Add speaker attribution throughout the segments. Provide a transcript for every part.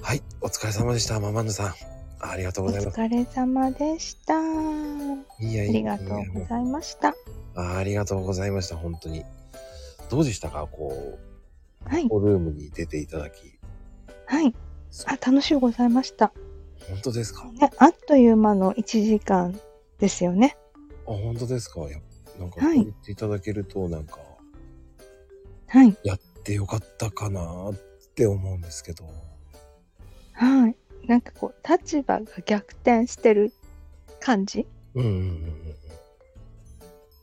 Speaker 1: 疲れ様でした、ママヌさん。ありがとう
Speaker 2: お
Speaker 1: ございます。
Speaker 2: 疲れ様でした。あ
Speaker 1: いやいや
Speaker 2: りがとうございました。
Speaker 1: あありがとうございました、本当に。どうでしたかこ
Speaker 2: は
Speaker 1: う、
Speaker 2: い、
Speaker 1: ホルームに出ていただき。
Speaker 2: はい。あ、楽しゅうございました。
Speaker 1: 本当ですかあ、
Speaker 2: ね、あっという間の1時間ですよね。
Speaker 1: 本当ですかいやなんか、
Speaker 2: はい
Speaker 1: 言っていただけると、なんか、
Speaker 2: はい、
Speaker 1: やってよかったかなって思うんですけど。
Speaker 2: はい。なんかこう、立場が逆転してる感じ
Speaker 1: うんうんうんうん。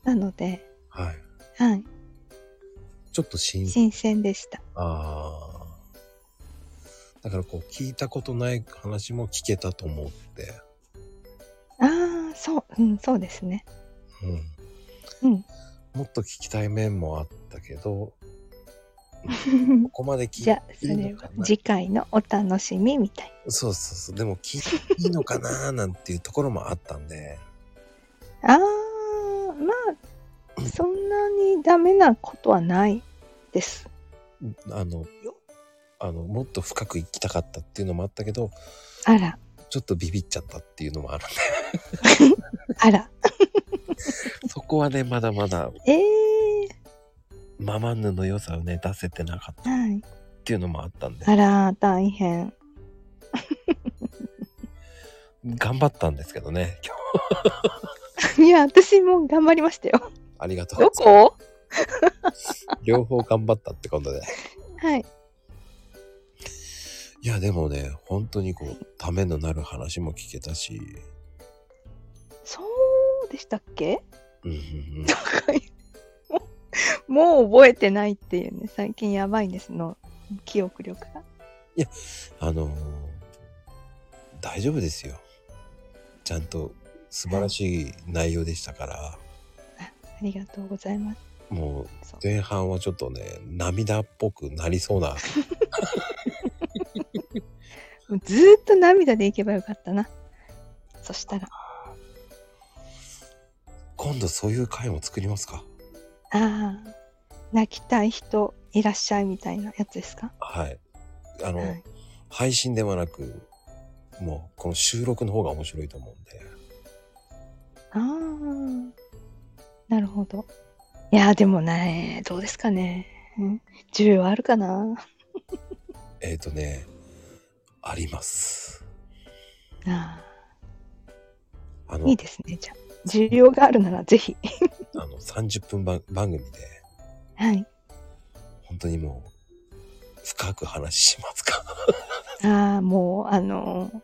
Speaker 2: なので、
Speaker 1: はい。
Speaker 2: はい、
Speaker 1: ちょっと新鮮。
Speaker 2: 新鮮でした。
Speaker 1: ああ。だからこう、聞いたことない話も聞けたと思って。
Speaker 2: ああ、そう、うん、そうですね。
Speaker 1: うん。
Speaker 2: うん。
Speaker 1: もっと聞きたい面もあったけど、ここまで聞い
Speaker 2: じゃあ、そ
Speaker 1: いい
Speaker 2: れ
Speaker 1: の
Speaker 2: は
Speaker 1: かな
Speaker 2: 次回のお楽しみみたい
Speaker 1: そうそうそう。でも聞いていいのかななんていうところもあったんで。
Speaker 2: な。ああ、まあ、そんなにダメなことはないです。
Speaker 1: あの、あの、もっと深く行きたかったっていうのもあったけど、
Speaker 2: あら、
Speaker 1: ちょっとビビっちゃったっていうのもあるん
Speaker 2: あら、
Speaker 1: で、そこはね、まだまだ
Speaker 2: ええ
Speaker 1: ママンヌの良さをね、出せてなかったっ
Speaker 2: はい。
Speaker 1: ていうのもあったんで、
Speaker 2: あら、大変。
Speaker 1: 頑張ったんですけどね、今日。
Speaker 2: いや、私も頑張りましたよ。
Speaker 1: ありがとう
Speaker 2: ど
Speaker 1: ございま
Speaker 2: こ
Speaker 1: す。両方頑張ったってことで。
Speaker 2: はい。
Speaker 1: いや、でもね、本当にこう、ためのなる話も聞けたし、
Speaker 2: そうでしたっけ
Speaker 1: うんうんうん。
Speaker 2: もう覚えてないっていうね、最近やばいんですの、記憶力が。
Speaker 1: あのー大丈夫ですよ。ちゃんと素晴らしい内容でしたから、
Speaker 2: ありがとうございます。
Speaker 1: もう
Speaker 2: そう
Speaker 1: 前半はちょっとね、涙っぽくなりそうな、
Speaker 2: もうずーっと涙でいけばよかったな。そしたら、
Speaker 1: 今度そういう回も作りますか。
Speaker 2: ああ、泣きたい人いらっしゃいみたいなやつですか
Speaker 1: はい。あの、
Speaker 2: はい。
Speaker 1: 配信ではなく、もうこの収録の方が面白いと思うんで。
Speaker 2: ああ、なるほど。いやー、でもね、どうですかね。うん需要あるかな
Speaker 1: えっ、とね、あります。
Speaker 2: あ
Speaker 1: あ
Speaker 2: ー
Speaker 1: の、
Speaker 2: いいですね、じゃあ。需要があるならぜひ。
Speaker 1: あの30分番番組で、
Speaker 2: はい。
Speaker 1: 本当にもう、深く話しますか。
Speaker 2: ああ、もう、あのー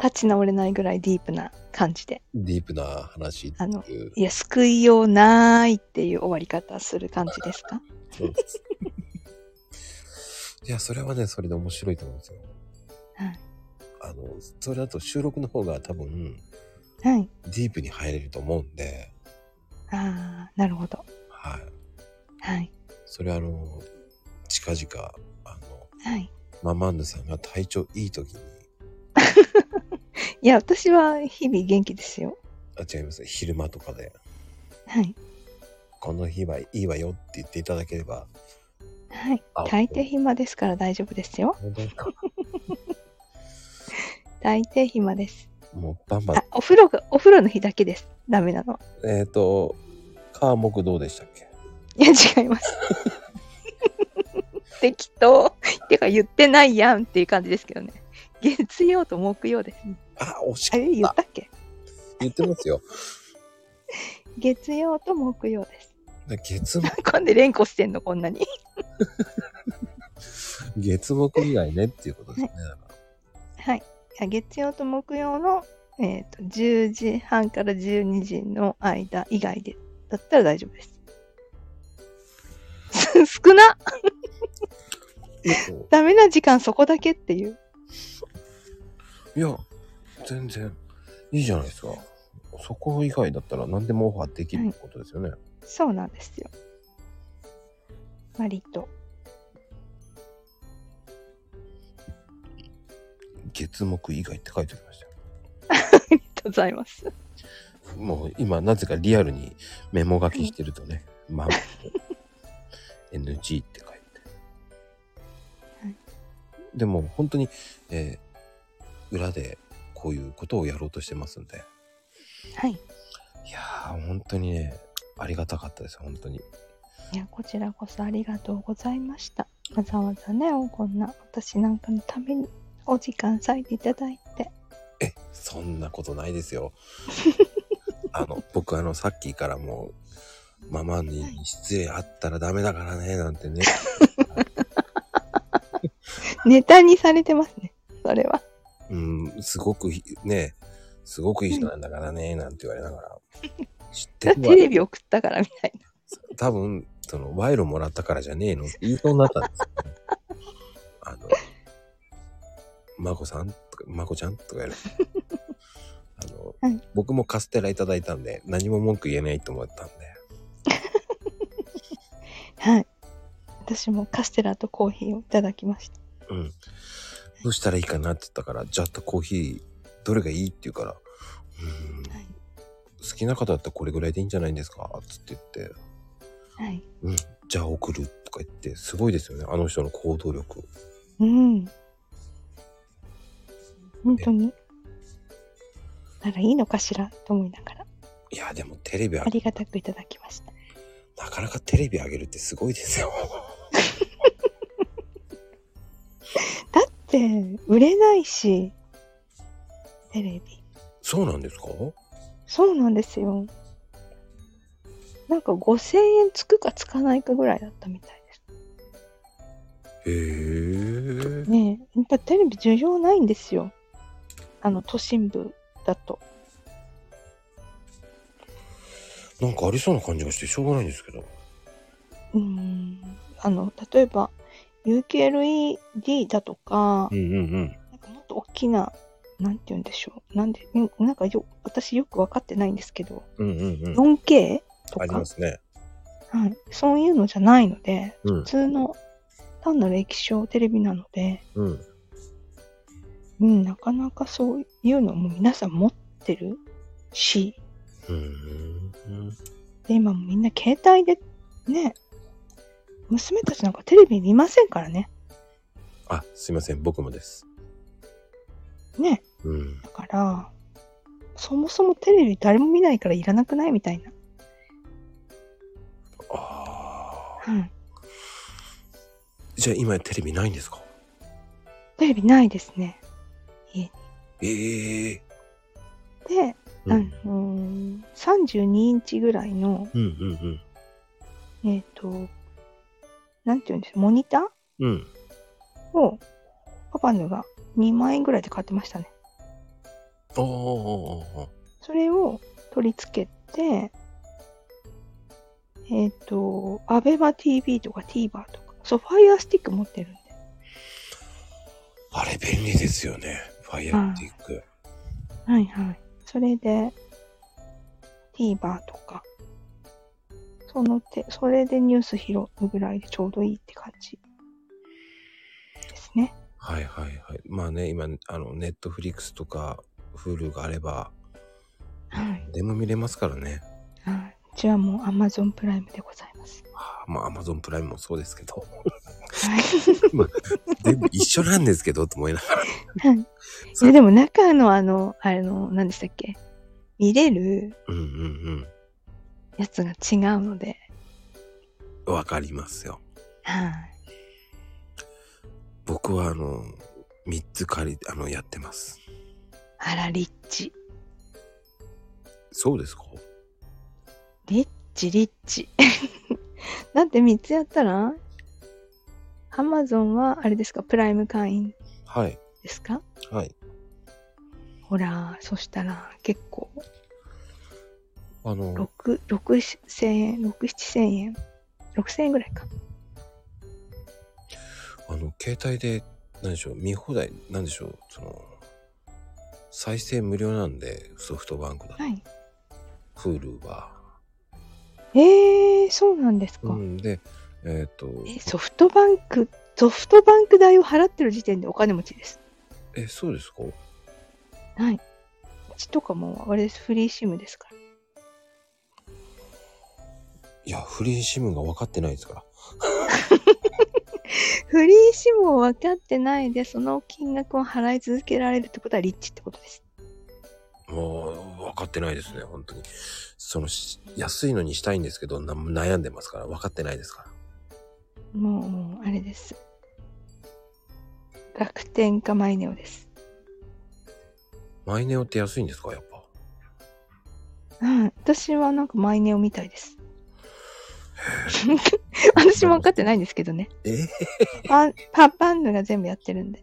Speaker 2: 立ち直れないぐらいディープな感じで。
Speaker 1: ディープな話って
Speaker 2: あの
Speaker 1: いう。
Speaker 2: いや、救いようないっていう終わり方する感じですか
Speaker 1: そうです。いや、それはね、それで面白いと思うんですよ。
Speaker 2: はい。
Speaker 1: あの、それだと収録の方が多分、
Speaker 2: はい。
Speaker 1: ディープに入れると思うんで、
Speaker 2: ああ、なるほど。
Speaker 1: はい。
Speaker 2: はい。
Speaker 1: それはあの、近々、あの、
Speaker 2: はい。
Speaker 1: ママンヌさんが体調いい時に、
Speaker 2: いや、私は日々元気ですよ。
Speaker 1: あ、違いますね、昼間とかで、
Speaker 2: はい。
Speaker 1: この日はいいわよって言っていただければ、
Speaker 2: はい
Speaker 1: あ。
Speaker 2: 大抵暇ですから大丈夫ですよ。
Speaker 1: 本当に
Speaker 2: 大抵暇です。
Speaker 1: もうバンバン
Speaker 2: あ、、お風呂が、お風呂の日だけです。ダメなのは。
Speaker 1: えっ、ー、と、カーモどうでしたっけ
Speaker 2: いや、違い ます。適当。てか、言ってないやんっていう感じですけどね。月曜と木曜です。
Speaker 1: あ、惜し
Speaker 2: あ
Speaker 1: い。
Speaker 2: れ、言ったっけ
Speaker 1: 言ってますよ。
Speaker 2: 月曜と木曜です。
Speaker 1: で月末
Speaker 2: なんで連呼してんの、こんなに。
Speaker 1: 月木以外ねっていうことですね。
Speaker 2: はい。いや月曜と木曜の、えー、と10時半から12時の間以外でだったら大丈夫です。 少なダメな時間そこだけっていう。
Speaker 1: いや、全然いいじゃないですか。そこ以外だったら何でもオファーできるってことですよね。
Speaker 2: そうなんですよ。割と。
Speaker 1: 月木以外って書いてありましたよ。
Speaker 2: ありがとうございます。
Speaker 1: もう今なぜかリアルにメモ書きしてると ね、まあ、NG って書いて。
Speaker 2: はい
Speaker 1: でも本当に、えー裏でこういうことをやろうとしてますんで。
Speaker 2: はい。
Speaker 1: いやー、本当にね、ありがたかったです、本当に。
Speaker 2: いや、こちらこそありがとうございました。わざわざね、こんな私なんかのためにお時間割いていただいて。
Speaker 1: え、そんなことないです よ。あの、僕あの、さっきからもう、ママに
Speaker 2: はい
Speaker 1: 失礼あったらダメだからね、なんてね。
Speaker 2: ネタにされてますね、それは。
Speaker 1: うん、すごくひ、ね、すごくいい人なんだからね、なんて言われなが ら。知ってるわ
Speaker 2: テ。レビ送ったからみたいな。
Speaker 1: 多分、その、賄賂もらったからじゃねえのって言いそうになったんですよ、ね。あの、まこさんとか、まこちゃんとかやる。 あの、
Speaker 2: はい
Speaker 1: 僕もカステラいただいたんで、何も文句言えないと思ったんで。
Speaker 2: はい。私もカステラとコーヒーをいただきました。
Speaker 1: うん。どうしたらいいかなって言ったから、じゃあとコーヒー、どれがいいって言うから、うーん、
Speaker 2: はい。
Speaker 1: 好きな方だったらこれぐらいでいいんじゃないんですかつって言って、
Speaker 2: はい。
Speaker 1: うん、じゃあ送るとか言って、すごいですよね、あの人の行動力。
Speaker 2: うん。本当に。ならいいのかしらと思いながら、
Speaker 1: いや、でもテレビあ
Speaker 2: ありがたくいただきました。
Speaker 1: なかなかテレビ上げるってすごいですよ。
Speaker 2: で、売れないし、テレビ。
Speaker 1: そうなんですか
Speaker 2: そうなんですよ。なんか5000円つくかつかないかぐらいだったみたいです
Speaker 1: へえ。
Speaker 2: ねえ。やっぱテレビ需要ないんですよ。あの、都心部だと。
Speaker 1: なんかありそうな感じがしてしょうがないんですけど。
Speaker 2: うーん。あの、例えば、UKLED だとか
Speaker 1: う、んうんうん。
Speaker 2: なんかもっと大きな、なんて言うんでしょう。なんで、んなんかよ、私よくわかってないんですけど、
Speaker 1: うんうんうん。
Speaker 2: 4K と
Speaker 1: あり
Speaker 2: か
Speaker 1: ま、すね。
Speaker 2: はい、そういうのじゃないので、
Speaker 1: うん
Speaker 2: 普通の単なる液晶テレビなので、
Speaker 1: うん。
Speaker 2: うん、なかなかそういうのも皆さん持ってるし、
Speaker 1: うん。
Speaker 2: で、今もみんな携帯でね、娘たちなんかテレビ見ませんからね。
Speaker 1: あ、すいません。僕もです。
Speaker 2: ね。
Speaker 1: うん。
Speaker 2: だから、そもそもテレビ誰も見ないからいらなくないみたいな。
Speaker 1: ああ。
Speaker 2: うん。
Speaker 1: じゃあ今テレビないんですか
Speaker 2: テレビないですね。
Speaker 1: ええ
Speaker 2: で、
Speaker 1: う
Speaker 2: あ
Speaker 1: ん
Speaker 2: のー32インチぐらいの、
Speaker 1: うんうん
Speaker 2: えっ、と、なんていうんですモニタ
Speaker 1: うん。うん。
Speaker 2: ーをパパのが2万円ぐらいで買ってましたね。
Speaker 1: ああ。
Speaker 2: それを取り付けて、えっ、と、アベマ TV とか TVer とか、そう、ファイアスティック持ってるんで。
Speaker 1: あれ便利ですよね。ファイアーティック。
Speaker 2: はいはい。それで、TVer とか、その手、それでニュース拾うぐらいでちょうどいいって感じですね。
Speaker 1: はいはいはい。まあね、今、あの、ネットフリックスとか、Hulu があれば、
Speaker 2: はい。
Speaker 1: でも見れますからね。
Speaker 2: はい。うちはもう Amazon プライムでございます。
Speaker 1: あまあ、アマゾンプライムもそうですけ ど、
Speaker 2: はい。
Speaker 1: 全部一緒なんですけど、と思いながら。
Speaker 2: はいい
Speaker 1: そ
Speaker 2: や。でも中のあの、あれの、何でしたっけ見れる
Speaker 1: うんうん
Speaker 2: やつが違うので、
Speaker 1: うん。わかりますよ。
Speaker 2: はい、
Speaker 1: 僕は、あの、3つ借り、あの、やってます。
Speaker 2: あら、リッチ。
Speaker 1: そうですか
Speaker 2: リッチ、リッチ。 だって3つやったら、アマゾンはあれですか、プライム会員
Speaker 1: はい。
Speaker 2: ですか
Speaker 1: はい。
Speaker 2: ほら、そしたら結構、
Speaker 1: あの、
Speaker 2: 6、六千円、6、7千円、6千円ぐらいか。
Speaker 1: あの、携帯で、何でしょう、見放題、何でしょう、その、再生無料なんで、ソフトバンクだと。
Speaker 2: はい。
Speaker 1: Hulu は。
Speaker 2: えー、そうなんですか。
Speaker 1: うん、で、えっ、と、
Speaker 2: え、ソフトバンク、ソフトバンク代を払ってる時点でお金持ちです。
Speaker 1: え、そうですか
Speaker 2: はい。うちとかも、あれです、フリーシムですから。
Speaker 1: いや、フリーシムが分かってないですから。
Speaker 2: フリーシムを分かってないで、その金額を払い続けられるってことはリッチってことです。
Speaker 1: もう、分かってないですね、本当に。その、し安いのにしたいんですけど、な悩んでますから、分かってないですから。
Speaker 2: もう、もうあれです。楽天かマイネオです。
Speaker 1: マイネオって安いんですか、やっぱ。
Speaker 2: うん、私はなんかマイネオみたいです。 私も分かってないんですけどね。
Speaker 1: え
Speaker 2: パンパパンヌが全部やってるんで。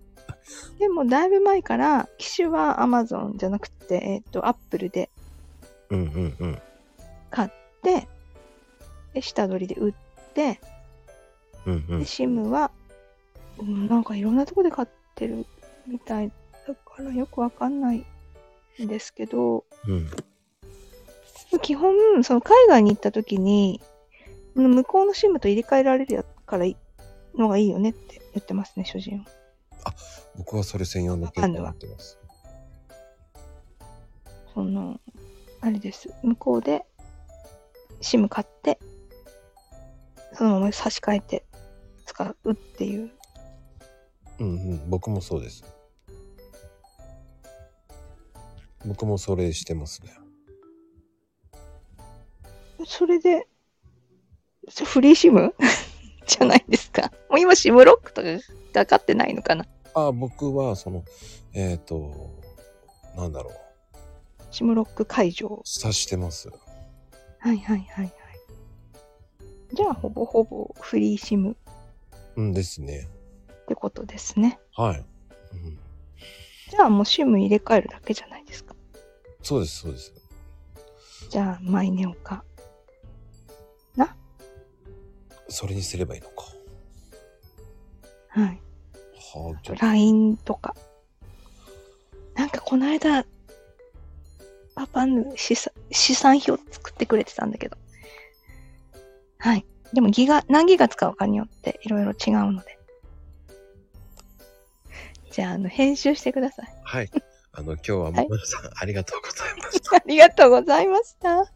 Speaker 2: でもだいぶ前から機種は Amazon じゃなくて、えっ、と、Apple で
Speaker 1: うんうんうん。
Speaker 2: 買って、で、下取りで売って、
Speaker 1: うんう
Speaker 2: で、
Speaker 1: ん。
Speaker 2: SIM は、うんなんかいろんなとこで買ってるみたいだからよくわかんないんですけど、
Speaker 1: うん。
Speaker 2: 基本、その海外に行った時に、向こうの SIM と入れ替えられるやからいいのがいいよねって言ってますね、主人は。
Speaker 1: 僕はそれ専用の携帯持ってます。
Speaker 2: その、あれです。向こうで、SIM 買って、そのまま差し替えて使うっていう。
Speaker 1: うんうん。僕もそうです。僕もそれしてますね。
Speaker 2: それで、そフリー SIM? じゃないですか。もう今 SIM ロックとかかかってないのかな。
Speaker 1: あ、僕は、その、えっ、と、なんだろう。
Speaker 2: SIM ロック解除。
Speaker 1: 察してます。
Speaker 2: はいはいはいはい。じゃあ、ほぼほぼフリー SIM っ
Speaker 1: うんですね。
Speaker 2: てことですね。
Speaker 1: はい。うん、
Speaker 2: じゃあもう SIM 入れ替えるだけじゃないですか。
Speaker 1: そうです、そうです。
Speaker 2: じゃあ、マイネオか。
Speaker 1: それにすればいいのか。
Speaker 2: はい。
Speaker 1: はあ、ちょっ
Speaker 2: LINE とか。なんかこの間、パパの資産資産表作ってくれてたんだけど。はい。でもギガ、何ギガ使うかによっていろいろ違うので。じゃあ、あの、編集してください。
Speaker 1: はい。あの、今日はも
Speaker 2: はい
Speaker 1: もやさん、ありがとうございました。
Speaker 2: ありがとうございました。